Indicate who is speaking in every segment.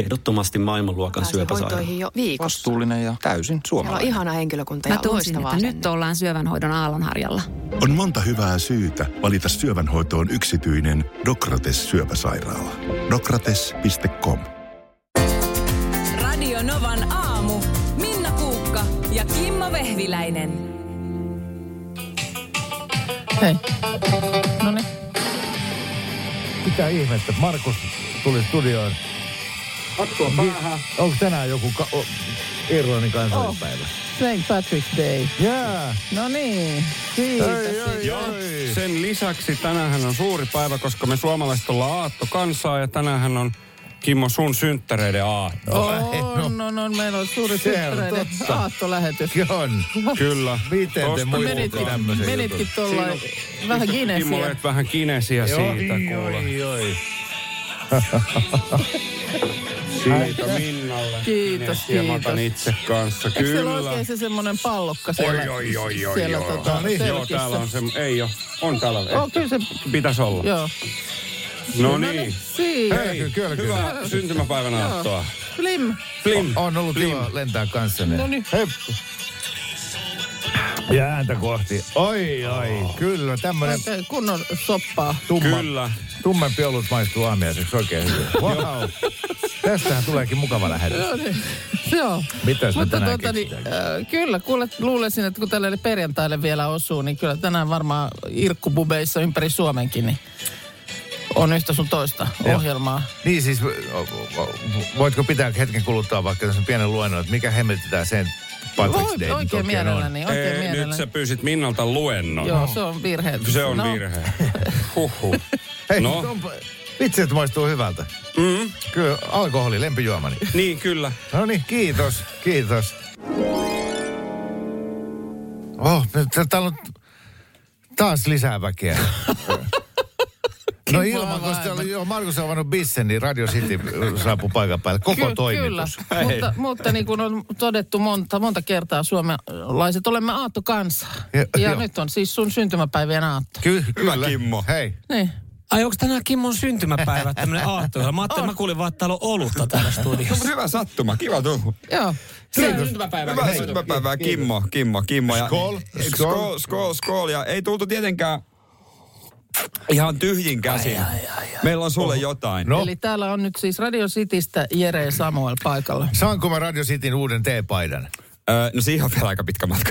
Speaker 1: Ehdottomasti maailmanluokan
Speaker 2: Pääsee
Speaker 1: syöpäsairaala.
Speaker 2: hoitoihin jo viikossa.
Speaker 3: Vastuullinen ja täysin
Speaker 2: Siellä on
Speaker 3: suomalainen.
Speaker 2: ihana henkilökunta ja
Speaker 4: Mä tunsin,
Speaker 2: loistavaa
Speaker 4: että nyt
Speaker 2: asenne.
Speaker 4: ollaan syövänhoidon aallonharjalla.
Speaker 5: On monta hyvää syytä valita syövänhoitoon yksityinen Dokrates syöpäsairaala. Dokrates.com
Speaker 6: Radio Novan aamu. Minna Kuukka ja Kimmo Vehviläinen.
Speaker 7: Hei. No niin.
Speaker 8: Mitä ihmettä? Markus tuli studioon.
Speaker 9: Hattua päähän.
Speaker 8: Onko tänään joku ka- o- Irlannin kansallispäivä?
Speaker 7: St. Patrick's Day.
Speaker 8: Jää!
Speaker 7: No niin. Siitä.
Speaker 8: siis
Speaker 9: Joo, sen lisäksi tänään on suuri päivä, koska me suomalaiset ollaan aatto kansaa ja tänään on Kimmo sun synttäreiden aatto.
Speaker 7: On, no, no, meillä on suuri
Speaker 8: Se on
Speaker 7: synttäreiden
Speaker 8: totta.
Speaker 7: aattolähetys.
Speaker 8: On.
Speaker 9: Kyllä.
Speaker 8: Miten te
Speaker 9: Tosta
Speaker 8: muistatte
Speaker 7: Menitkin,
Speaker 8: tämmöisen
Speaker 7: menitkin
Speaker 8: jutun?
Speaker 7: tuolla vähän
Speaker 9: Kimmo
Speaker 7: Guinnessia.
Speaker 9: olet vähän kinesiä siitä kuule.
Speaker 8: Oi, oi.
Speaker 9: Siitä Minnalle.
Speaker 7: Kiitos,
Speaker 9: Kinesiä Mä otan
Speaker 7: kiitos.
Speaker 9: itse kanssa.
Speaker 7: Eikö siellä
Speaker 9: Kyllä.
Speaker 7: oikein se semmoinen pallokka siellä?
Speaker 9: Oi, oi, oi, oi,
Speaker 7: siellä
Speaker 9: oi.
Speaker 7: Tota,
Speaker 8: No niin,
Speaker 9: Joo,
Speaker 7: selkissä?
Speaker 9: täällä on se. Ei oo. On täällä.
Speaker 7: Oh, kyllä se,
Speaker 9: Pitäis olla.
Speaker 7: joo.
Speaker 9: No
Speaker 7: No niin,
Speaker 9: niin.
Speaker 7: siinä.
Speaker 9: Hei,
Speaker 8: Kyllä, kyllä, kyllä.
Speaker 9: hyvää syntymäpäivän aattoa.
Speaker 7: Flim.
Speaker 9: Flim.
Speaker 8: On ollut
Speaker 9: Flim.
Speaker 8: kiva lentää kanssanne.
Speaker 7: No niin.
Speaker 8: Hep. Ja ääntä kohti. Oi, oi.
Speaker 9: Oh.
Speaker 8: Kyllä, tämmönen
Speaker 7: Oikein kunnon soppaa.
Speaker 8: tumma,
Speaker 9: Kyllä.
Speaker 8: tummempi olut maistuu aamiaiseksi oikein hyvin. Wow. Tästähän tuleekin mukava lähetys.
Speaker 7: No niin. Joo.
Speaker 8: Mitäs me
Speaker 7: Mutta
Speaker 8: tänään
Speaker 7: tuota, niin,
Speaker 8: keksitään?
Speaker 7: äh, kyllä, kuule, luulisin, että kun tälle perjantaille vielä osuu, niin kyllä tänään varmaan irkkububeissa ympäri Suomenkin niin on yhtä sun toista
Speaker 8: Joo.
Speaker 7: ohjelmaa.
Speaker 8: Niin siis, o- o- voitko pitää hetken kuluttaa vaikka tämmöisen pienen luennon, että mikä hemmetetään sen Patrick's
Speaker 7: Voi,
Speaker 8: Day nyt
Speaker 7: oikein
Speaker 8: on?
Speaker 7: mielelläni, oikein
Speaker 9: Ei, nyt sä
Speaker 7: mielelläni.
Speaker 9: pyysit Minnalta luennon.
Speaker 7: Joo, se on virhe.
Speaker 9: Se on
Speaker 7: no,
Speaker 9: virhe. Huhhuh.
Speaker 8: Hei,
Speaker 9: No. Mm-hmm.
Speaker 8: no. onpa, vitsi, että maistuu hyvältä. Mm. Kyllä, alkoholi, lempijuomani.
Speaker 9: Niin, kyllä.
Speaker 8: No niin, kiitos, kiitos. Oh, nyt täällä on taas lisää väkeä. No ilman, koska täällä oli- joo, Markus on avannut bissen, niin Radio City saapui paikan päälle. Koko
Speaker 7: Ky-
Speaker 8: toimitus.
Speaker 7: Kyllä, mutta, mutta niin kuin on todettu monta, monta kertaa, suomalaiset olemme aattokansaa.
Speaker 8: Ja-
Speaker 7: Ja, ja
Speaker 8: joo.
Speaker 7: nyt on siis sun syntymäpäivien aatto.
Speaker 8: Ky-
Speaker 9: Hyvä,
Speaker 8: kyllä.
Speaker 9: Kimmo.
Speaker 8: Hei,
Speaker 7: Niin.
Speaker 10: Ai onko tänään Kimmon syntymäpäivä tämmönen aatto? Mä ajattelin, mä kuulin vaan, että täällä on olutta täällä studiossa.
Speaker 3: No, Hyvä sattuma, kiva tuntuu.
Speaker 7: Joo.
Speaker 3: Hyvää syntymäpäivää, Kimmo, Kimmo, Kimmo. Ja
Speaker 8: Skål, skål.
Speaker 3: skål, skål, skål. Ja ei tultu tietenkään ihan tyhjin käsin. Meillä on sulle jotain.
Speaker 8: no.
Speaker 7: Eli täällä on nyt siis Radio Citystä Jere ja Samuel paikalla.
Speaker 8: Saanko mä Radio Cityn uuden teepaidan?
Speaker 3: Öö, no siihen on vielä aika pitkä matka.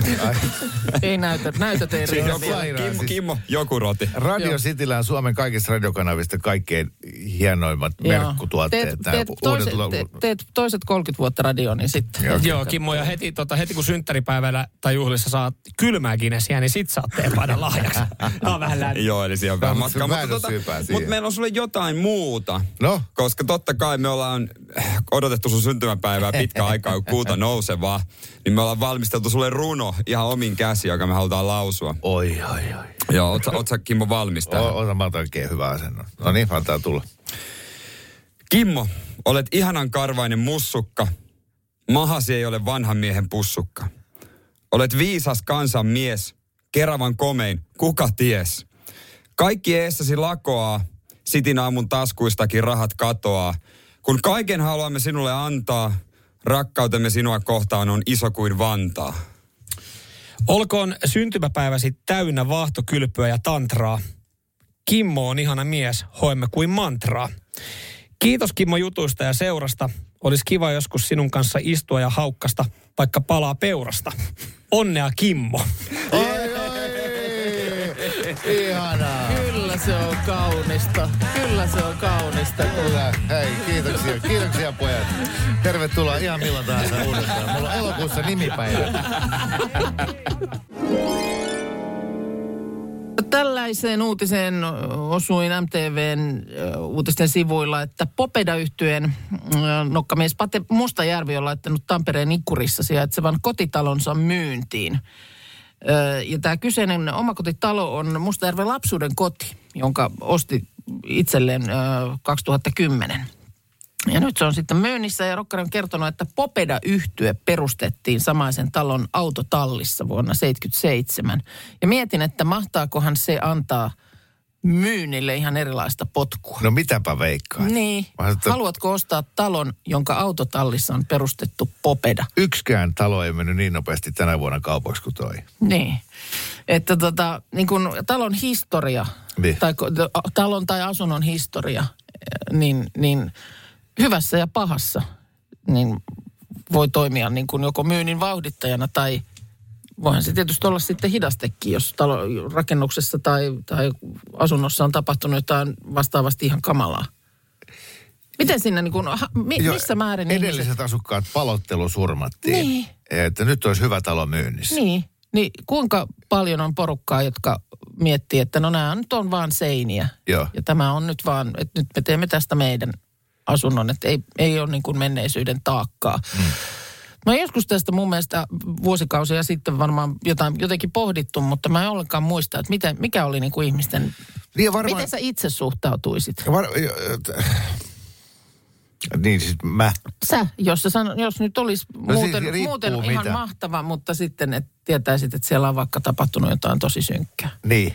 Speaker 7: Ei näytä, näytä
Speaker 3: Siinä
Speaker 7: teille.
Speaker 3: joku,
Speaker 8: sairaan,
Speaker 3: Kimmo,
Speaker 8: siis.
Speaker 3: Kimmo, joku roti.
Speaker 8: Radio
Speaker 7: Joo.
Speaker 8: Cityllä on Suomen kaikista radiokanavista kaikkein hienoimmat
Speaker 7: Joo.
Speaker 8: merkkutuotteet.
Speaker 7: Teet,
Speaker 8: Nää
Speaker 7: teet,
Speaker 8: uudet
Speaker 7: toiset,
Speaker 8: lo-
Speaker 7: te, teet toiset 30 vuotta radioon, niin sitten.
Speaker 8: Joo.
Speaker 10: Joo, Kimmo, ja heti, tota, heti kun synttäripäivällä tai juhlissa saat kylmää Guinnessia, niin sit saat teepaidan lahjaksi. Tää on vähän lämmin.
Speaker 3: Joo, eli siellä on
Speaker 8: Vähän
Speaker 3: vähän
Speaker 8: mut
Speaker 3: matkaa.
Speaker 8: vähän
Speaker 3: Mutta, tota,
Speaker 8: syvää siihen.
Speaker 3: mutta meillä on sulle jotain muuta.
Speaker 8: No?
Speaker 3: Koska totta kai me ollaan äh, odotettu sun syntymäpäivää pitkä aikaa, kun kuuta nousevaa. Niin me ollaan valmisteltu sulle runo ihan omin käsi, joka me halutaan lausua.
Speaker 8: Oi, oi, oi.
Speaker 3: Joo, oot sä, oot sä Kimmo valmis tähän?
Speaker 8: O, ota, mä otan oikein hyvä asennon. No niin, antaa tulla.
Speaker 3: Kimmo, olet ihanan karvainen mussukka. Mahasi ei ole vanhan miehen pussukka. Olet viisas kansan mies, keravan komein, kuka ties. Kaikki eessäsi lakoaa, sitin aamun taskuistakin rahat katoaa. Kun kaiken haluamme sinulle antaa, rakkautemme sinua kohtaan on iso kuin Vantaa.
Speaker 10: Olkoon syntymäpäiväsi täynnä vaahtokylpyä ja tantraa. Kimmo on ihana mies, hoemme kuin mantraa. Kiitos Kimmo jutuista ja seurasta. Olisi kiva joskus sinun kanssa istua ja haukkasta, vaikka palaa peurasta. Onnea Kimmo.
Speaker 8: Oi, oi. Ihanaa.
Speaker 7: Kyllä se on kaunista. Kyllä se on kaunista.
Speaker 8: Kyllä. Hei, kiitoksia. Kiitoksia pojat. Tervetuloa ihan milloin tahansa uudestaan. Mulla on elokuussa nimipäivä.
Speaker 7: Tällaiseen uutiseen osuin MTVn ö, uutisten sivuilla, että popeda yhtyeen nokkamies Pate Mustajärvi on laittanut Tampereen ikkurissa sijaitsevan kotitalonsa myyntiin. Ö, Ja tämä kyseinen omakotitalo on Mustajärven lapsuuden koti, jonka osti itselleen ö, 2010. Ja nyt se on sitten myynnissä ja Rokkari on kertonut, että popeda yhtye perustettiin samaisen talon autotallissa vuonna 1977. Ja mietin, että mahtaakohan se antaa myy niille ihan erilaista potkua.
Speaker 8: No mitäpä veikkaa.
Speaker 7: Niin. Haluatko ostaa talon, jonka autotallissa on perustettu popeda?
Speaker 8: Yksikään talo ei mennyt niin nopeasti tänä vuonna kaupaksi kuin toi.
Speaker 7: Niin. Että tota, niin kun talon historia,
Speaker 8: Niin.
Speaker 7: tai ko- t- a- talon tai asunnon historia, eh, niin, niin hyvässä ja pahassa niin voi toimia niin kuin joko myynnin vauhdittajana tai voihan se tietysti olla sitten hidastekin, jos talo, rakennuksessa tai, tai asunnossa on tapahtunut jotain vastaavasti ihan kamalaa. Miten siinä niin kuin, aha, mi,
Speaker 8: Jo,
Speaker 7: missä määrin
Speaker 8: Edelliset
Speaker 7: ihmiset-
Speaker 8: asukkaat palottelu surmattiin.
Speaker 7: Niin.
Speaker 8: Että nyt olisi hyvä talo myynnissä.
Speaker 7: Niin, niin kuinka paljon on porukkaa, jotka miettii, että no nämä nyt on vaan seiniä.
Speaker 8: Joo.
Speaker 7: Ja tämä on nyt vaan, että nyt me teemme tästä meidän asunnon, että ei, ei ole niin kuin menneisyyden taakkaa. Mm. Mä oon joskus tästä mun mielestä vuosikausia sitten varmaan jotain, jotenkin pohdittu, mutta mä en ollenkaan muista, että miten, mikä oli niin kuin ihmisten...
Speaker 8: Niin ja varmaan...
Speaker 7: Miten sä itse suhtautuisit?
Speaker 8: Var... Niin siis mä...
Speaker 7: Sä, jos, sä sano, jos nyt olisi
Speaker 8: siis
Speaker 7: muuten,
Speaker 8: riippuu
Speaker 7: muuten ihan
Speaker 8: mitä.
Speaker 7: mahtava, mutta sitten et tietäisit, että siellä on vaikka tapahtunut jotain tosi synkkää.
Speaker 8: Niin.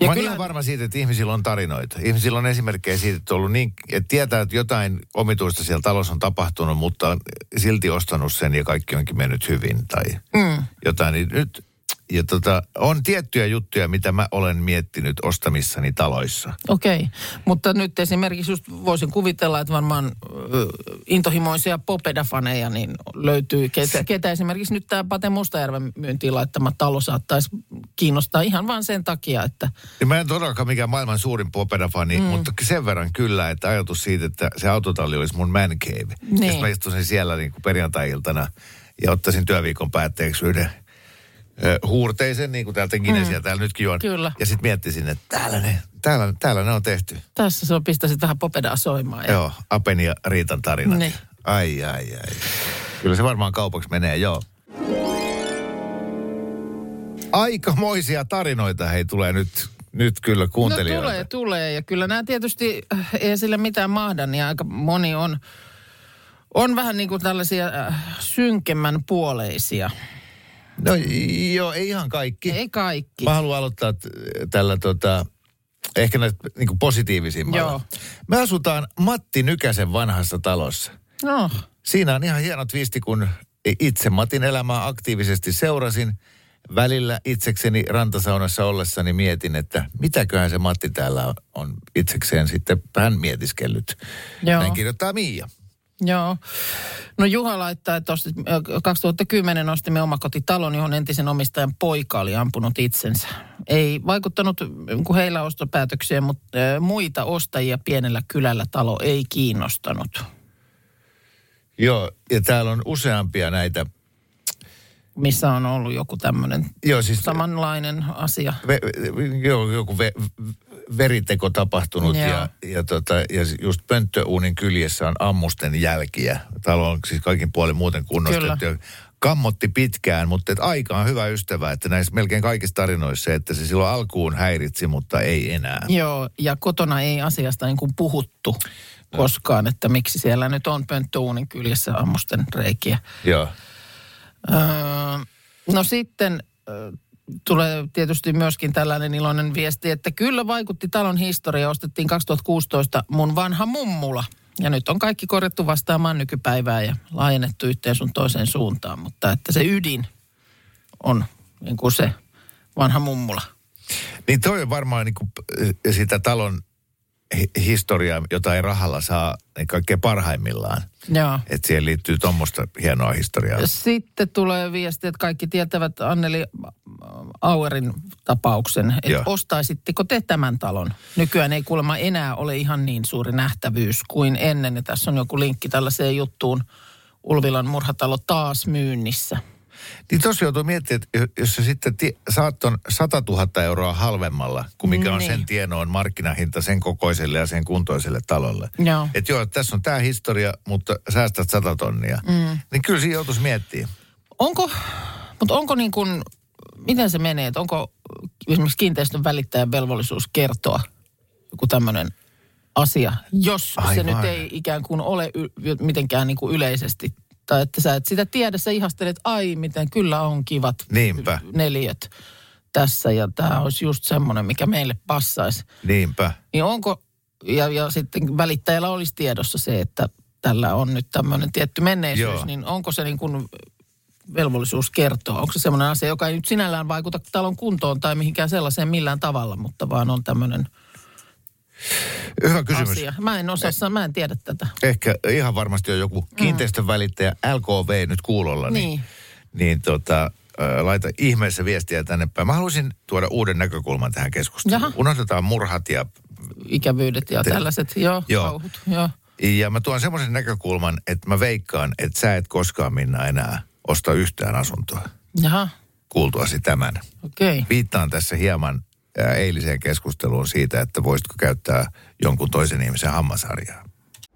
Speaker 7: Ja
Speaker 8: Mä oon
Speaker 7: kyllä-
Speaker 8: ihan varma siitä, että ihmisillä on tarinoita. Ihmisillä on esimerkkejä siitä, että, on ollut niin, että tietää, että jotain omituista siellä talossa on tapahtunut, mutta on silti ostanut sen ja kaikki onkin mennyt hyvin tai mm. jotain. Niin nyt, ja tota, on tiettyjä juttuja, mitä mä olen miettinyt ostamissani taloissa.
Speaker 7: Okei, mutta nyt esimerkiksi just voisin kuvitella, että varmaan ö, intohimoisia Popeda-faneja niin löytyy, ketä, ketä esimerkiksi nyt tämä Pate Mustajärven myyntiin laittama talo saattaisi kiinnostaa ihan vain sen takia, että
Speaker 8: Ja Niin mä en todellakaan mikään maailman suurin popedafani, mm. mutta sen verran kyllä, että ajatus siitä, että se autotalli olisi mun man cave.
Speaker 7: Niin.
Speaker 8: Ja sit mä istuisin siellä niin kuin perjantai-iltana ja ottaisin työviikon päätteeksi yhden ö, huurteisen, niin kuin täältä Ginesiä mm. täällä nytkin on.
Speaker 7: Kyllä.
Speaker 8: Ja sitten miettisin, että täällä ne, täällä, täällä ne on tehty.
Speaker 7: tässä se on, pistäisit vähän Popedaa soimaan. Ja,
Speaker 8: Joo, No, Apen ja Riitan tarinat.
Speaker 7: Niin.
Speaker 8: Ai, ai, ai. Kyllä se varmaan kaupaksi menee, joo. Aikamoisia tarinoita hei tulee nyt, nyt kyllä
Speaker 7: no
Speaker 8: kuuntelijoilta.
Speaker 7: tulee, tulee ja kyllä nämä tietysti, äh, ei sillä mitään mahda, niin aika moni on, on vähän niin kuin tällaisia äh, synkemmän puoleisia.
Speaker 8: No joo, ei ihan kaikki.
Speaker 7: Ei kaikki.
Speaker 8: Niin. Mä haluan aloittaa t- tällä tota, ehkä näistä niin positiivisimmalla.
Speaker 7: Joo.
Speaker 8: Me asutaan Matti Nykäsen vanhassa talossa.
Speaker 7: No,
Speaker 8: Siinä on ihan hieno twisti, kun itse Matin elämää aktiivisesti seurasin. Välillä itsekseni rantasaunassa ollessani mietin, että mitäköhän se Matti täällä on itsekseen sitten hän mietiskellyt.
Speaker 7: Joo.
Speaker 8: Näin kirjoittaa Miia.
Speaker 7: Joo. No Juha laittaa, että ostit, ö, 2010 ostimme omakotitalon, johon entisen omistajan poika oli ampunut itsensä. Ei vaikuttanut mm, kun heillä ostopäätökseen, mutta ö, muita ostajia pienellä kylällä talo ei kiinnostanut.
Speaker 8: Joo, ja täällä on useampia näitä.
Speaker 7: Missä on ollut joku tämmöinen
Speaker 8: Joo, siis
Speaker 7: samanlainen asia.
Speaker 8: ve, ve- joo, joku ve, v- veriteko tapahtunut
Speaker 7: Joo.
Speaker 8: ja, ja, tota, ja just pönttöuunin kyljessä on ammusten jälkiä. Talo on siis kaikin puolin muuten kunnostettu.
Speaker 7: Kyllä.
Speaker 8: ja Kammotti pitkään, mutta et aika on hyvä ystävä, että näissä melkein kaikissa tarinoissa se, että se silloin alkuun häiritsi, mutta ei enää.
Speaker 7: Joo, ja kotona ei asiasta niin kuin puhuttu koskaan, että miksi siellä nyt on pönttöuunin kyljessä ammusten reikiä.
Speaker 8: Joo.
Speaker 7: Öö, No sitten ö, tulee tietysti myöskin tällainen iloinen viesti, että kyllä vaikutti talon historia. Ostettiin 2016 mun vanha mummula. Ja nyt on kaikki korjattu vastaamaan nykypäivää ja laajennettu yhteen sun toiseen suuntaan. Mutta että se ydin on niin kuin se vanha mummula.
Speaker 8: Niin toi on varmaan niin kuin sitä talon hi- historiaa, jota ei rahalla saa niin kaikkein parhaimmillaan.
Speaker 7: Joo.
Speaker 8: Että siihen liittyy tuommoista hienoa historiaa.
Speaker 7: Sitten tulee viesti, että kaikki tietävät Anneli Auerin tapauksen.
Speaker 8: Joo.
Speaker 7: Että ostaisitteko te tämän talon? Nykyään ei kuulemma enää ole ihan niin suuri nähtävyys kuin ennen. Ja tässä on joku linkki tällaiseen juttuun. Ulvilan murhatalo taas myynnissä.
Speaker 8: Niin tuossa joutuu miettimään, että jo- jos sä sitten ti- saat ton 100 000 euroa halvemmalla, kuin mikä on
Speaker 7: Niin.
Speaker 8: sen tienoon markkinahinta sen kokoiselle ja sen kuntoiselle talolle.
Speaker 7: Joo.
Speaker 8: Että joo, tässä on tämä historia, mutta säästät 100 tonnia. Mm. Niin kyllä siinä joutuisi miettimään.
Speaker 7: Onko, mutta onko niin kuin, miten se menee? Että onko esimerkiksi kiinteistön välittäjän velvollisuus kertoa joku tämmöinen asia, jos Aivan. se
Speaker 8: Aivan.
Speaker 7: nyt ei ikään kuin ole y- mitenkään niin kuin yleisesti. Tai että sä et sitä tiedä, sä ihastelet, ai miten kyllä on kivat
Speaker 8: Niinpä.
Speaker 7: neljöt. tässä ja tämä olisi just semmoinen, mikä meille passaisi.
Speaker 8: Niinpä.
Speaker 7: Niin onko, ja, ja sitten välittäjällä olisi tiedossa se, että tällä on nyt tämmöinen tietty menneisyys,
Speaker 8: Joo.
Speaker 7: Joo. niin onko se niin kuin velvollisuus kertoa? Onko se semmoinen asia, joka ei nyt sinällään vaikuta talon kuntoon tai mihinkään sellaiseen millään tavalla, mutta vaan on tämmöinen
Speaker 8: Hyvä kysymys. Eh.
Speaker 7: asia? Mä en osaa, sanoa, mä en tiedä tätä.
Speaker 8: Ehkä ihan varmasti on joku kiinteistön välittäjä LKV nyt kuulolla. Niin.
Speaker 7: Mm. Niin.
Speaker 8: Niin tota, ää, laita ihmeessä viestiä tänne päin. Mä haluaisin tuoda uuden näkökulman tähän keskusteluun.
Speaker 7: Jaha.
Speaker 8: Unohdetaan murhat ja
Speaker 7: Ikävyydet ja
Speaker 8: Te-
Speaker 7: tällaiset, joo,
Speaker 8: Joo.
Speaker 7: joo. Kauhut, joo.
Speaker 8: Ja mä tuon semmoisen näkökulman, että mä veikkaan, että sä et koskaan minna enää osta yhtään asuntoa
Speaker 7: Jaha,
Speaker 8: kuultuasi tämän.
Speaker 7: okei. Okay.
Speaker 8: Viittaan tässä hieman ää, eiliseen keskusteluun siitä, että voisitko käyttää jonkun toisen ihmisen hammasharjaa.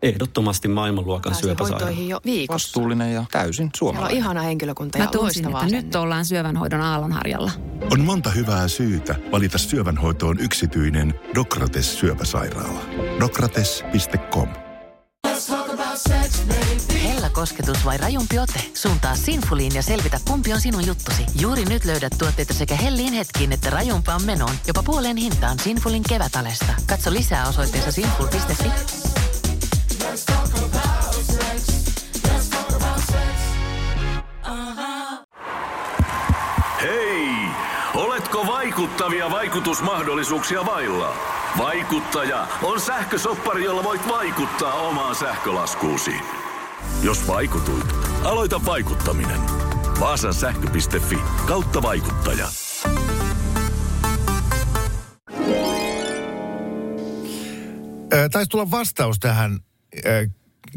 Speaker 1: Ehdottomasti maailmanluokan
Speaker 2: pääsi
Speaker 1: syöpäsairaala.
Speaker 2: hoitoihin jo viikossa.
Speaker 4: Vastuullinen ja täysin
Speaker 2: Siellä on
Speaker 4: suomalainen.
Speaker 2: ihana henkilökunta ja
Speaker 11: Mä toisin,
Speaker 2: loistavaa
Speaker 11: että nyt
Speaker 2: asennetta.
Speaker 11: ollaan syövänhoidon aallonharjalla.
Speaker 5: On monta hyvää syytä valita syövänhoitoon yksityinen Dokrates syöpäsairaala. Dokrates.com
Speaker 12: Hella kosketus vai rajumpi ote? Suuntaa Sinfuliin ja selvitä, kumpi on sinun juttusi. Juuri nyt löydät tuotteita sekä hellin hetkiin että rajumpaan menoon. Jopa puoleen hintaan Sinfulin kevätalesta. Katso lisää osoitteessa sinful.fi.
Speaker 1: Hei! Oletko vaikuttavia vaikutusmahdollisuuksia vailla? Vaikuttaja on sähkösoppari, jolla voit vaikuttaa omaan sähkölaskuusi. Jos vaikutuit, aloita vaikuttaminen. Vaasan sähkö.fi kautta vaikuttaja.
Speaker 8: Ää, Äh, Taisi tulla vastaus tähän ää,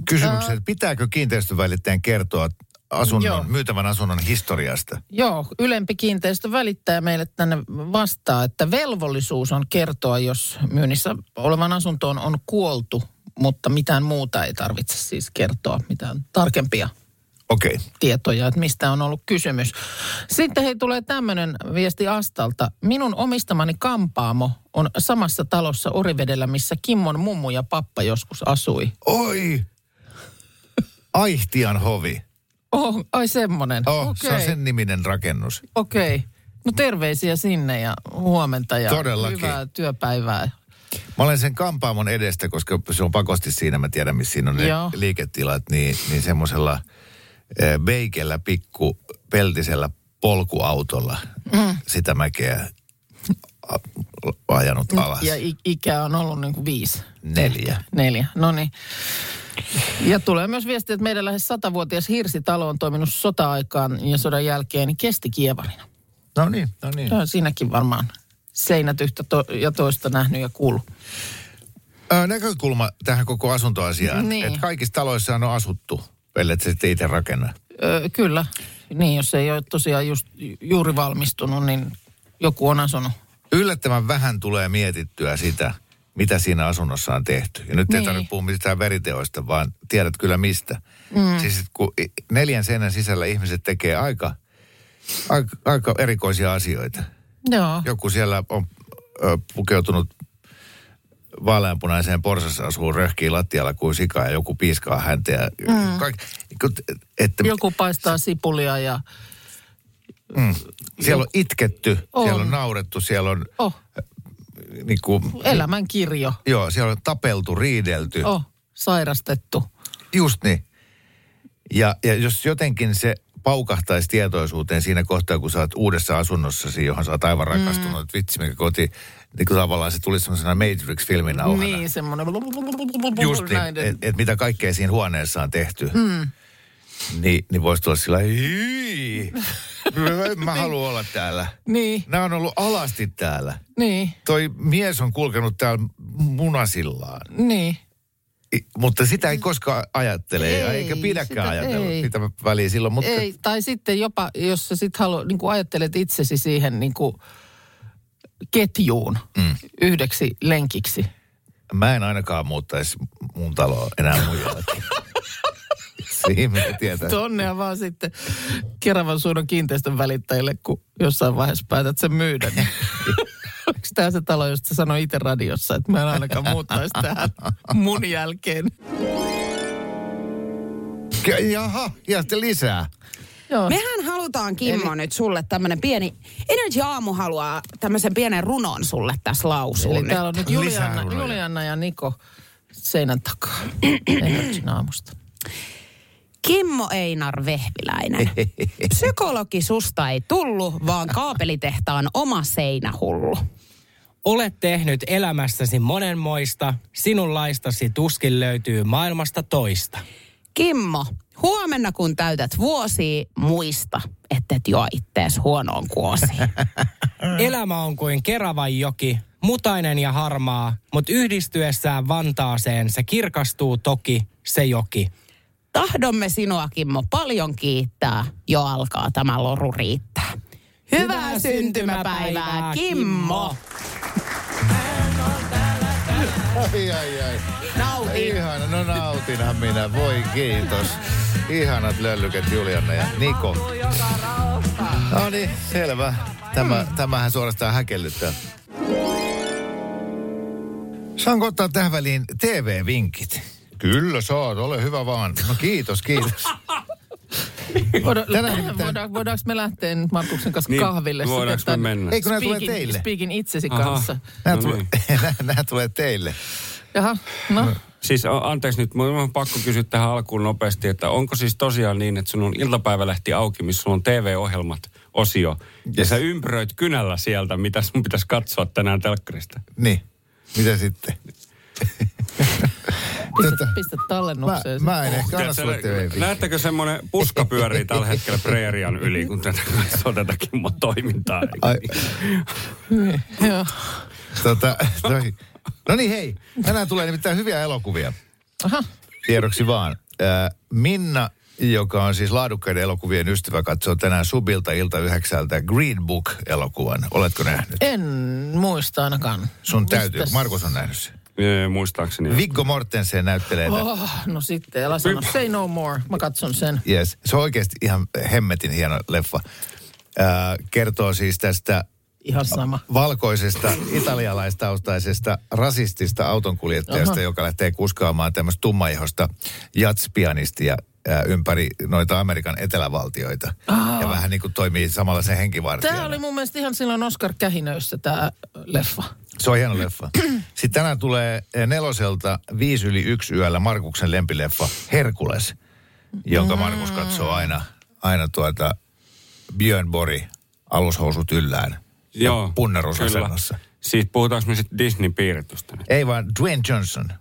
Speaker 8: kysymykseen, että pitääkö kiinteistövälittäjän kertoa
Speaker 7: Äh. Joo.
Speaker 8: asunnon, myytävän asunnon historiasta?
Speaker 7: Joo, ylempi kiinteistö välittää meille tänne vastaa, että velvollisuus on kertoa, jos myynnissä olevan asuntoon on kuoltu, mutta mitään muuta ei tarvitse siis kertoa, mitään tarkempia
Speaker 8: Okei. Okay.
Speaker 7: tietoja, että mistä on ollut kysymys. Sitten hei tulee tämmöinen viesti Astalta. Minun omistamani kampaamo on samassa talossa Orivedellä, missä Kimmon mummu ja pappa joskus asui.
Speaker 8: Oi! Aihtian hovi.
Speaker 7: Oh, ai semmoinen.
Speaker 8: Oh, okay. Se on
Speaker 7: Okei.
Speaker 8: sen niminen rakennus.
Speaker 7: Okei. No terveisiä sinne ja huomenta ja
Speaker 8: Todellakin.
Speaker 7: hyvää työpäivää.
Speaker 8: Mä olen sen kampaamon edestä, koska se on pakosti siinä, mä tiedän missä siinä on ne
Speaker 7: Joo.
Speaker 8: liiketilat, niin, niin semmoisella eh, veikellä pikku peltisellä polkuautolla mm. sitä mäkeä a- ajanut alas.
Speaker 7: Ja i- ikä on ollut niin kuin viisi.
Speaker 8: Neljä.
Speaker 7: Neljä, no niin. Ja tulee myös viesti, että meidän lähes satavuotias hirsitalo on toiminut sota-aikaan ja sodan jälkeen, niin kesti kievarina.
Speaker 8: No niin, no niin.
Speaker 7: No, siinäkin varmaan seinät yhtä to- ja toista nähnyt ja kuullut.
Speaker 8: Ö, näkökulma tähän koko asuntoasiaan,
Speaker 7: Niin.
Speaker 8: että kaikissa taloissa on asuttu, pellet se sitten itse rakenna.
Speaker 7: Öö, kyllä, niin jos ei ole tosiaan just, juuri valmistunut, niin joku on asunut.
Speaker 8: Yllättävän vähän tulee mietittyä sitä, mitä siinä asunnossa on tehty. Ja nyt niin. ei
Speaker 7: Niin.
Speaker 8: tarvitse puhua mistään veriteoista, vaan tiedät kyllä mistä. Mm. Siis et kun i- neljän seinän sisällä ihmiset tekee aika, aika, aika erikoisia asioita.
Speaker 7: Joo.
Speaker 8: Joku siellä on ö, pukeutunut vaaleanpunaiseen porsasasuun röhkii lattialla kuin sika ja joku piiskaa häntä. Ja mm. kaik, kun- että
Speaker 7: Joku paistaa sipulia ja
Speaker 8: Siellä on itketty, on.
Speaker 7: On.
Speaker 8: siellä on naurettu, siellä on
Speaker 7: oh,
Speaker 8: niin kuin,
Speaker 7: elämän kirjo.
Speaker 8: joo, siellä on tapeltu, riidelty.
Speaker 7: Oh, sairastettu.
Speaker 8: Just niin. Ja, ja jos jotenkin se paukahtaisi tietoisuuteen siinä kohtaa, kun sä oot uudessa asunnossasi, johon sä oot aivan rakastunut, mm. vitsi mikä koti, niin kuin tavallaan se tulisi semmoisena Matrix-filmin nauhana.
Speaker 7: Niin, semmoinen.
Speaker 8: Just niin,
Speaker 7: näin,
Speaker 8: että et mitä kaikkea siinä huoneessa on tehty. Mm. Niin, niin voisi tulla sillä lailla, "Hyi, mä haluan olla täällä.
Speaker 7: Niin,
Speaker 8: Nämä on ollut alasti täällä.
Speaker 7: niin,
Speaker 8: toi mies on kulkenut täällä munasillaan,
Speaker 7: niin.
Speaker 8: I, mutta sitä ei koskaan ajattele, ei,
Speaker 7: Mm. Ei,
Speaker 8: eikä pidäkään
Speaker 7: sitä
Speaker 8: ajatella,
Speaker 7: ei.
Speaker 8: mitä mä väliä silloin, mutta
Speaker 7: Ei, tai sitten jopa, jos sä sit haluat, niin kuin ajattelet itsesi siihen niin kuin ketjuun mm. yhdeksi lenkiksi.
Speaker 8: mä en ainakaan muuttaisi mun taloa enää muijalle. Siinä tietää.
Speaker 7: Onnea vaan sitten Keravan suunnan kiinteistön välittäjille, kun jossain vaiheessa päätät sen myydä. Niin. Onko tämä se talo, josta sä sanoi itse radiossa, että mä en ainakaan muuttaisi tähän mun jälkeen?
Speaker 8: Ke- Jaha, ja sitten lisää.
Speaker 7: Joo.
Speaker 2: Mehän halutaan, Kimmo, nyt sulle tämmönen pieni... Energy Aamu haluaa tämmöisen pienen runon sulle tässä lausua
Speaker 7: Eli
Speaker 2: nyt.
Speaker 7: täällä on nyt
Speaker 8: Lisää
Speaker 7: Juliana,
Speaker 8: runoja.
Speaker 7: Juliana ja Niko seinän takaa. Energin aamusta.
Speaker 2: Kimmo Einar Vehviläinen. Psykologi susta ei tullut, vaan kaapelitehtaan oma seinähullu.
Speaker 4: Olet tehnyt elämässäsi monenmoista, sinun laistasi tuskin löytyy maailmasta toista.
Speaker 2: Kimmo, huomenna kun täytät vuosia, muista, että et juo ittees huonoon kuosiin.
Speaker 4: Elämä on kuin keravan joki, mutainen ja harmaa, mutta yhdistyessään Vantaaseen se kirkastuu toki se joki.
Speaker 2: Tahdomme sinua, Kimmo, paljon kiittää. Jo alkaa tämä loru riittää. Hyvää syntymäpäivää, Kimmo!
Speaker 8: Ai, ai, ai.
Speaker 2: Nauti!
Speaker 8: Ihana, no nautinhan minä, voi kiitos. Ihanat löllyket Julianna ja Niko. No niin, selvä. Tämä,
Speaker 9: Mm.
Speaker 8: tämähän suorastaan häkellyttää. Saanko ottaa tähän väliin TV-vinkit? Kyllä saat, ole hyvä vaan. No kiitos, kiitos.
Speaker 7: Voida,
Speaker 8: Tänään nimittäin-
Speaker 7: voidaanko, voidaanko me lähteä nyt Markuksen kanssa
Speaker 9: Niin,
Speaker 7: kahville? sitten
Speaker 9: voidaanko me
Speaker 7: tämän
Speaker 9: mennä?
Speaker 8: Ei kun nämä tulee
Speaker 7: speakin-
Speaker 8: teille.
Speaker 7: Speakin itsesi
Speaker 9: Aha.
Speaker 7: kanssa.
Speaker 8: Nämä,
Speaker 9: No
Speaker 8: tule,
Speaker 9: niin.
Speaker 8: nämä, nämä tulee teille.
Speaker 7: Jaha, no.
Speaker 9: Siis a- anteeksi nyt, mun on pakko kysyä tähän alkuun nopeasti, että onko siis tosiaan niin, että sun on iltapäivälehti auki, missä sulla on TV-ohjelmat osio, ja
Speaker 8: Yes.
Speaker 9: sä ympäröit kynällä sieltä, mitä sun pitäisi katsoa tänään telkkarista.
Speaker 8: Niin, mitä sitten?
Speaker 7: Pistä,
Speaker 8: Tota,
Speaker 7: pistä
Speaker 8: mä,
Speaker 7: tallennukseen.
Speaker 8: mä en ehkä anna
Speaker 9: Tiedätkö,
Speaker 8: sulle TV-vinkkiä.
Speaker 9: Näettekö semmoinen puska pyörii tällä hetkellä preerian yli, kun tätä katsoo tätä Kimmon toimintaa?
Speaker 8: Ai.
Speaker 7: Joo.
Speaker 8: Tota, toi. No niin hei, tänään tulee nimittäin hyviä elokuvia.
Speaker 7: Aha.
Speaker 8: Tiedoksi vaan. Ää, Minna, joka on siis laadukkaiden elokuvien ystävä, katsoo tänään Subilta ilta yhdeksältä Green Book-elokuvan. Oletko nähnyt?
Speaker 7: En muista ainakaan.
Speaker 8: Sun täytyy,
Speaker 7: Mistäs-
Speaker 8: Markus on nähnyt sen.
Speaker 9: Ee, Muistaakseni.
Speaker 8: Viggo Mortensen näyttelee tätä.
Speaker 7: Oh, no sitten, älä sano. Say no more. Mä katson sen.
Speaker 8: Yes. Se on oikeasti ihan hemmetin hieno leffa. Ää, kertoo siis tästä
Speaker 7: Ihan sama.
Speaker 8: valkoisesta italialaistaustaisesta rasistista autonkuljettajasta,
Speaker 7: Aha.
Speaker 8: joka lähtee kuskaamaan tämmöistä tummaihosta jatspianistia ää, ympäri noita Amerikan etelävaltioita. Ja vähän niin kuin toimii samalla sen henkivartijana.
Speaker 7: Tämä oli mun mielestä ihan silloin Oscar Kähinöissä tämä leffa.
Speaker 8: Se on hieno leffa. Sitten tänään tulee eh, neloselta viisi yli yksi yöllä Markuksen lempileffa Herkules, jonka Markus katsoo aina, aina tuota Björn Bori alushousut yllään.
Speaker 9: Joo,
Speaker 8: punnerusasennossa.
Speaker 9: kyllä. Siitä puhutaanko me sitten Disney-piirretystä? nyt?
Speaker 8: Ei vaan Dwayne Johnson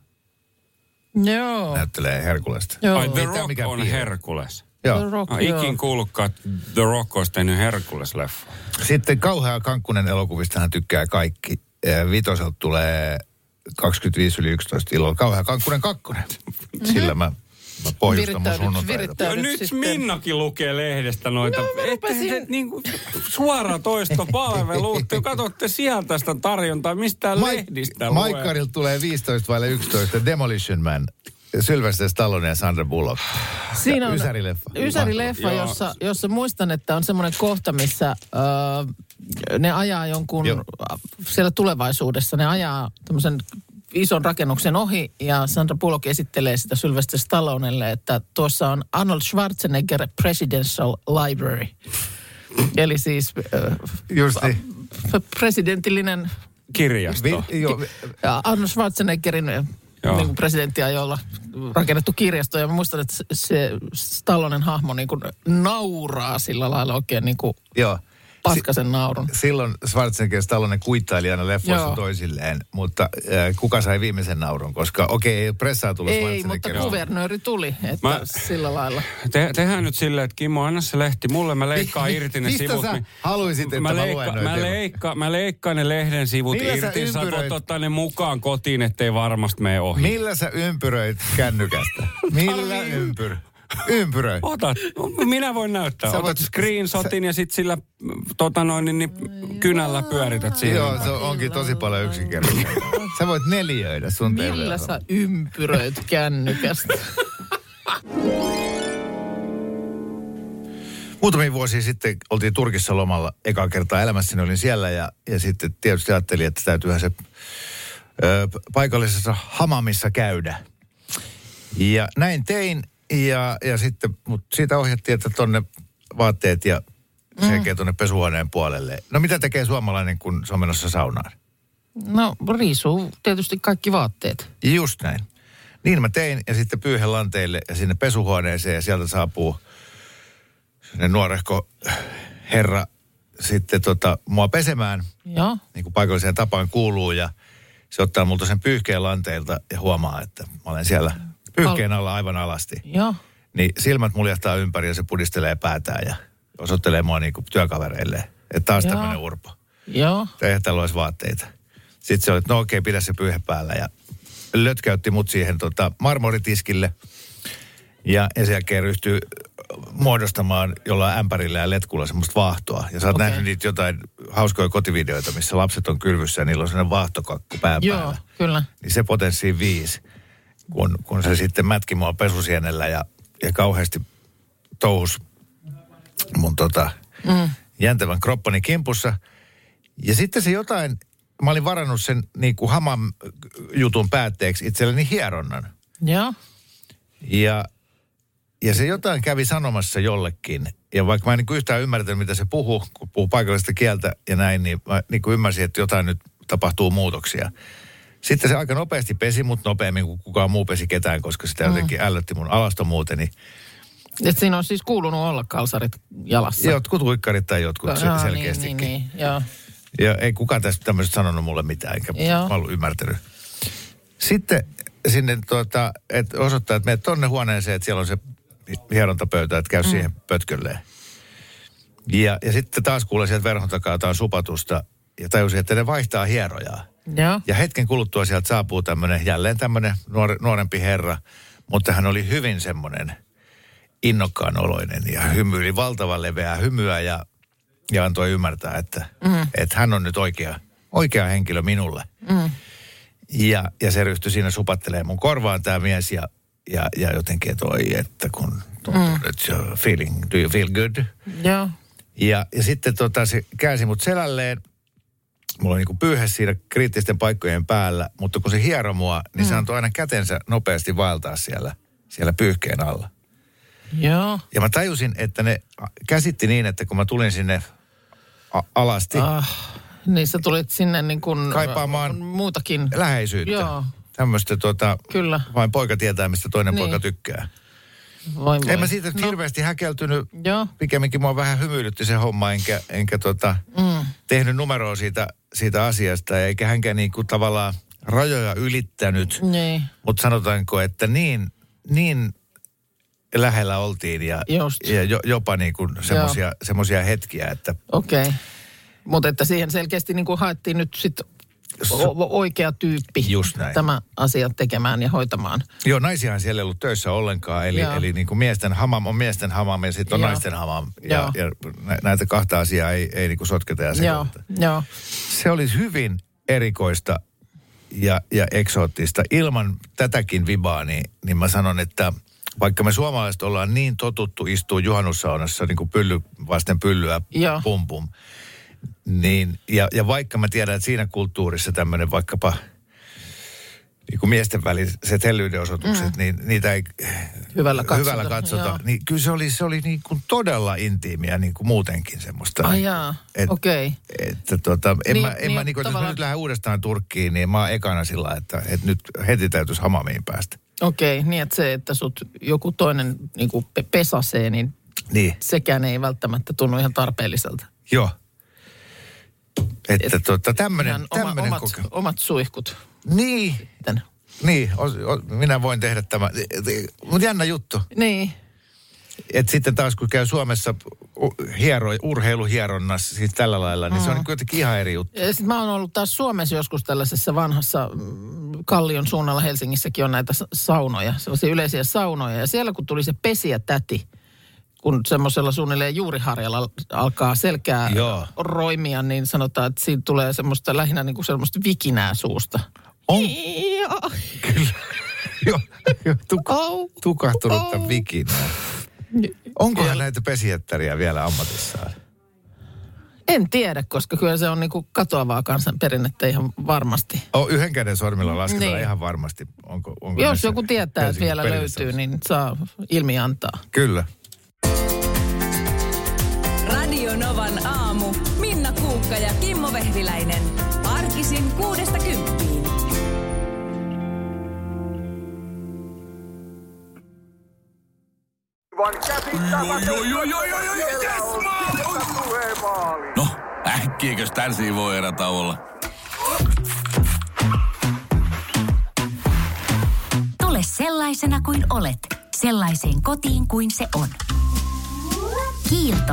Speaker 7: Joo.
Speaker 8: näyttelee Herkulesta.
Speaker 7: Joo.
Speaker 9: Ai The
Speaker 8: Mitä,
Speaker 9: Rock
Speaker 8: mikä
Speaker 9: on
Speaker 8: piirre?
Speaker 9: Herkules.
Speaker 7: The
Speaker 8: Joo.
Speaker 7: Rock,
Speaker 9: Mä oon
Speaker 7: joo.
Speaker 9: ikin kuullutkaan, että The Rock olisi tehnyt Herkules-leffa.
Speaker 8: Sitten kauhea kankkunen elokuvista hän tykkää kaikki. Eh, Vitoselta tulee 25 yli 11 ilolla. Kauhea kankkunen kakkonen. Sillä mä, mä pohjustan mun
Speaker 7: Mhm. Virittäydyt-
Speaker 8: sunnuntaita.
Speaker 7: virittäydyt. Ja nyt
Speaker 9: nyt
Speaker 7: sitten-
Speaker 9: Minnakin lukee lehdestä noita. No,
Speaker 7: mä rupesin-
Speaker 9: niinku, suora toistopalvelu. Te katsotte sieltä sitä tarjontaa, mistä lehdistä lue.
Speaker 8: Maikkarilta tulee 15 vaille 11 Demolition Man. Sylvester Stallone ja Sandra Bullock.
Speaker 7: Siinä on
Speaker 8: Ysärileffa.
Speaker 7: Ysärileffa,
Speaker 9: Joo.
Speaker 7: jossa, jossa muistan, että on semmoinen kohta, missä ö, ne ajaa jonkun,
Speaker 8: Joo.
Speaker 7: siellä tulevaisuudessa, ne ajaa tämmöisen ison rakennuksen ohi ja Sandra Bullock esittelee sitä Sylvester Stallonelle, että tuossa on Arnold Schwarzenegger Presidential Library. Eli siis ö,
Speaker 8: Just
Speaker 7: p- presidentillinen
Speaker 9: Kirjasto.
Speaker 8: Vi, jo,
Speaker 7: ja Arnold Schwarzeneggerin eh,
Speaker 9: Joo.
Speaker 7: niin kuin presidenttiajolla rakennettu kirjasto. Ja mä muistan, että se- se Stallonen hahmo niin kuin nauraa sillä lailla oikein niin kuin
Speaker 8: joo.
Speaker 7: paskasen naurun.
Speaker 8: Silloin Schwarzenegger ja Stallone kuittaili aina leffoissa
Speaker 7: Joo.
Speaker 8: toisilleen, mutta äh, kuka sai viimeisen naurun, koska okei, ei ole pressaa tullut
Speaker 7: Ei, mutta
Speaker 8: Schwarzeneggerille.
Speaker 7: kuvernööri tuli, että
Speaker 9: Mä-
Speaker 7: sillä lailla.
Speaker 9: Te, tehdään nyt silleen, että Kimmo, anna se lehti mulle, mä leikkaan irti ne
Speaker 8: mistä
Speaker 9: sivut.
Speaker 8: sä
Speaker 9: mi-
Speaker 8: haluisit, että mä
Speaker 9: mä,
Speaker 8: luen
Speaker 9: leikka,
Speaker 8: noita?
Speaker 9: mä, leikka, mä leikkaan ne lehden sivut
Speaker 8: Millä sä
Speaker 9: irti, sä voit
Speaker 8: ympyröit?
Speaker 9: ottaa ne mukaan kotiin, ettei varmasti mene ohi.
Speaker 8: Millä sä ympyröit kännykästä? Millä
Speaker 9: Tarvii-
Speaker 8: ympyr... Ympyröi.
Speaker 9: Otat. no, Minä voin näyttää.
Speaker 8: Sä
Speaker 9: Otat
Speaker 8: voit-
Speaker 9: screenshotin ja sitten sillä mm, tota noin, niin, niin, kynällä
Speaker 8: Ah.
Speaker 9: pyörität siihen.
Speaker 8: Joo, se onkin tosi paljon yksinkertaista. Sä voit neljöidä sun
Speaker 7: Millä
Speaker 8: TV-ohjelmaa.
Speaker 7: sä ympyröit kännykästä?
Speaker 8: Muutamia vuosia sitten oltiin Turkissa lomalla eka kertaa elämässäni olin siellä ja, ja sitten tietysti ajattelin, että täytyyhän se ö, paikallisessa hamamissa käydä. Ja näin tein ja, ja sitten mut siitä ohjattiin, että tonne vaatteet ja selkeä tuonne pesuhuoneen puolelle. No mitä tekee suomalainen, kun se on menossa saunaan?
Speaker 7: No riisuu tietysti kaikki vaatteet.
Speaker 8: Just näin. Niin mä tein ja sitten pyyhen lanteille ja sinne pesuhuoneeseen ja sieltä saapuu sinne nuorehko herra sitten tota, mua pesemään,
Speaker 7: Joo.
Speaker 8: niin kuin paikalliseen tapaan kuuluu ja se ottaa multa sen pyyhkeen lanteilta ja huomaa, että mä olen siellä pyyhkeen alla aivan alasti.
Speaker 7: Joo.
Speaker 8: Niin silmät muljahtaa ympäri ja se pudistelee päätään ja osoittelee mua niin kuin työkavereille. Että taas
Speaker 7: Joo.
Speaker 8: tämmöinen urpo.
Speaker 7: Joo.
Speaker 8: Että eihän täällä olisi vaatteita. Sitten se oli, että no okei, pidä se pyyhe päällä ja lötkäytti mut siihen tota, marmoritiskille. Ja, ja sen jälkeen ryhtyy muodostamaan jollain ämpärillä ja letkulla semmoista vaahtoa. Ja sä oot okay. nähnyt niitä jotain hauskoja kotivideoita, missä lapset on kylvyssä ja niillä on sellainen vaahtokakku pään
Speaker 7: Joo,
Speaker 8: päällä.
Speaker 7: kyllä.
Speaker 8: Niin se potenssiin viisi, kun, kun se sitten mätki mua pesusienellä ja, ja kauheasti touhus mun tota,
Speaker 7: Mm.
Speaker 8: jäntävän kroppani kimpussa. Ja sitten se jotain, mä olin varannut sen niin kuin haman jutun päätteeksi itselleni hieronnan.
Speaker 7: Joo.
Speaker 8: Ja, ja se jotain kävi sanomassa jollekin. Ja vaikka mä en niin kuin yhtään ymmärtänyt, mitä se puhuu, kun puhuu paikallista kieltä ja näin, niin mä niin kuin ymmärsin, että jotain nyt tapahtuu muutoksia. Sitten se aika nopeasti pesi mut nopeammin kuin kukaan muu pesi ketään, koska sitä
Speaker 7: Mm.
Speaker 8: jotenkin ällötti mun alastomuuteni.
Speaker 7: Et siinä on siis kuulunut olla kalsarit jalassa.
Speaker 8: Jotkut uikkarit tai jotkut se-
Speaker 7: Joo,
Speaker 8: selkeästi.
Speaker 7: Niin, niin, niin. Joo.
Speaker 8: Ja ei kukaan tästä tämmöistä sanonut mulle mitään, enkä
Speaker 7: Joo.
Speaker 8: Joo. mä ollut ymmärtänyt. Sitten sinne tuota, et osoittaa, että menet tonne huoneeseen, että siellä on se hierontapöytä, että käy mm. siihen pötkölleen. Ja, ja sitten taas kuulee sieltä verhon takaa jotain supatusta ja tajusin, että ne vaihtaa hierojaa.
Speaker 7: Joo.
Speaker 8: Ja hetken kuluttua sieltä saapuu tämmöinen, jälleen tämmöinen nuore, nuorempi herra, mutta hän oli hyvin semmoinen innokkaan oloinen ja hymyili valtavan leveää hymyä ja, ja antoi ymmärtää, että, mm. että hän on nyt oikea, oikea henkilö minulle.
Speaker 7: Mm.
Speaker 8: Ja, ja se ryhtyi siinä supattelee mun korvaan tämä mies ja, ja, ja jotenkin, että oi, että kun tuntuu mm. nyt jo feeling, do you feel good?
Speaker 7: Joo.
Speaker 8: Ja, ja sitten tota, se käänsi mut selälleen. Mulla oli niinku pyyhe siinä kriittisten paikkojen päällä, mutta kun se hieroi mua, niin
Speaker 7: Mm.
Speaker 8: se antoi aina kätensä nopeasti vaeltaa siellä, siellä pyyhkeen alla.
Speaker 7: Joo.
Speaker 8: Ja mä tajusin, että ne a- käsitti niin, että kun mä tulin sinne a- alasti
Speaker 7: Ah, niin sä tulit sinne niin kuin
Speaker 8: Kaipaamaan
Speaker 7: muutakin.
Speaker 8: läheisyyttä,
Speaker 7: Joo,
Speaker 8: tämmöistä tota,
Speaker 7: kyllä.
Speaker 8: vain poika tietää, mistä toinen
Speaker 7: Niin.
Speaker 8: niin. poika tykkää.
Speaker 7: Voi, No. voi.
Speaker 8: En mä siitä nyt hirveästi häkeltynyt.
Speaker 7: Joo.
Speaker 8: Pikemminkin mua vähän hymyilytti se homma, enkä, enkä tota,
Speaker 7: Mm.
Speaker 8: tehnyt numeroa siitä, siitä asiasta, eikä hänkään niin kuin tavallaan rajoja ylittänyt.
Speaker 7: Niin,
Speaker 8: Mutta sanotaanko, että niin, niin lähellä oltiin ja,
Speaker 7: Just.
Speaker 8: ja jo, jopa niin kuin semmosia, semmosia hetkiä, että
Speaker 7: okei. Okay. Mutta että siihen selkeästi niin kuin haettiin nyt sitten Oh. oikea tyyppi
Speaker 8: Just näin.
Speaker 7: tämä asia tekemään ja hoitamaan.
Speaker 8: joo, naisiahan siellä ei ollut töissä ollenkaan, eli,
Speaker 7: Joo.
Speaker 8: eli niin kuin miesten hamam on miesten hamam ja sitten on
Speaker 7: Joo.
Speaker 8: naisten hamam. Ja,
Speaker 7: Joo.
Speaker 8: ja nä- näitä kahta asiaa ei, ei niin kuin sotketa ja
Speaker 7: Joo,
Speaker 8: sekoiteta.
Speaker 7: joo.
Speaker 8: Se oli hyvin erikoista ja, ja eksoottista. Ilman tätäkin vibaa, niin, niin mä sanon, että vaikka me suomalaiset ollaan niin totuttu istua juhannussaunassa niin kuin pylly vasten pyllyä,
Speaker 7: Joo.
Speaker 8: pum pum, niin, ja, ja vaikka mä tiedän, että siinä kulttuurissa tämmöinen vaikkapa niin kuin miesten väliset hellyydenosoitukset, mm. niin niitä ei
Speaker 7: Hyvällä katsota.
Speaker 8: hyvällä katsota
Speaker 7: Joo.
Speaker 8: niin kyllä se oli, se oli niin kuin todella intiimiä niin kuin muutenkin semmoista.
Speaker 7: Ai jaa,
Speaker 8: Et-
Speaker 7: okei. Okay.
Speaker 8: Että tota, en
Speaker 7: Niin-
Speaker 8: niin, mä, en
Speaker 7: niin,
Speaker 8: niin, mä niinku, tavallaan...
Speaker 7: tavallaan-
Speaker 8: jos mä nyt lähden uudestaan Turkkiin, niin mä oon ekana sillä, lailla, että, että nyt heti täytyisi hamamiin päästä.
Speaker 7: Okei, okay, niin että se, että sut joku toinen niin kuin pe- pesasee, niin
Speaker 8: Niin,
Speaker 7: sekään ei välttämättä tunnu ihan tarpeelliselta.
Speaker 8: joo. Että Et, tota, tämmönen,
Speaker 7: Ihan oma,
Speaker 8: tämmönen
Speaker 7: omat,
Speaker 8: kokemus.
Speaker 7: omat suihkut.
Speaker 8: Niin,
Speaker 7: Sitten.
Speaker 8: niin os, os, minä voin tehdä tämä. Mutta jännä juttu.
Speaker 7: Niin,
Speaker 8: Että sitten taas kun käy Suomessa u- hiero, urheiluhieronnassa, siis tällä lailla, niin mm. se on kuitenkin ihan eri juttu.
Speaker 7: Sitten mä oon ollut taas Suomessa joskus tällaisessa vanhassa mm, Kallion suunnalla Helsingissäkin on näitä sa- saunoja, sellaisia yleisiä saunoja. Ja siellä kun tuli se pesiä täti, kun semmoisella suunnilleen juuriharjalla alkaa selkää
Speaker 8: Joo.
Speaker 7: roimia, niin sanotaan, että siitä tulee semmoista lähinnä niin kuin semmoista vikinää suusta.
Speaker 8: On
Speaker 7: Niin. Joo.
Speaker 8: jo, jo, tuk,
Speaker 7: Au. Oh.
Speaker 8: tukahtunutta vikinää. Onkohan näitä pesijättäriä vielä ammatissaan?
Speaker 7: En tiedä, koska kyllä se on niin kuin katoavaa kansanperinnettä ihan varmasti.
Speaker 8: Oh, yhden käden sormilla lasketaan
Speaker 7: Niin.
Speaker 8: niin. ihan varmasti. Onko, onko
Speaker 7: Jos
Speaker 8: näissä
Speaker 7: joku tietää, että niin
Speaker 8: Helsingin
Speaker 7: vielä
Speaker 8: perinnissä
Speaker 7: löytyy,
Speaker 8: osa?
Speaker 7: niin saa ilmi antaa.
Speaker 8: Kyllä.
Speaker 6: Radio Novan aamu. Minna Kuukka ja Kimmo Vehviläinen. Arkisin kuudesta kymppiin.
Speaker 11: No, äkkiäkös tän voi erä olla?
Speaker 13: Tule sellaisena kuin olet, sellaiseen kotiin kuin se on. Kiilto.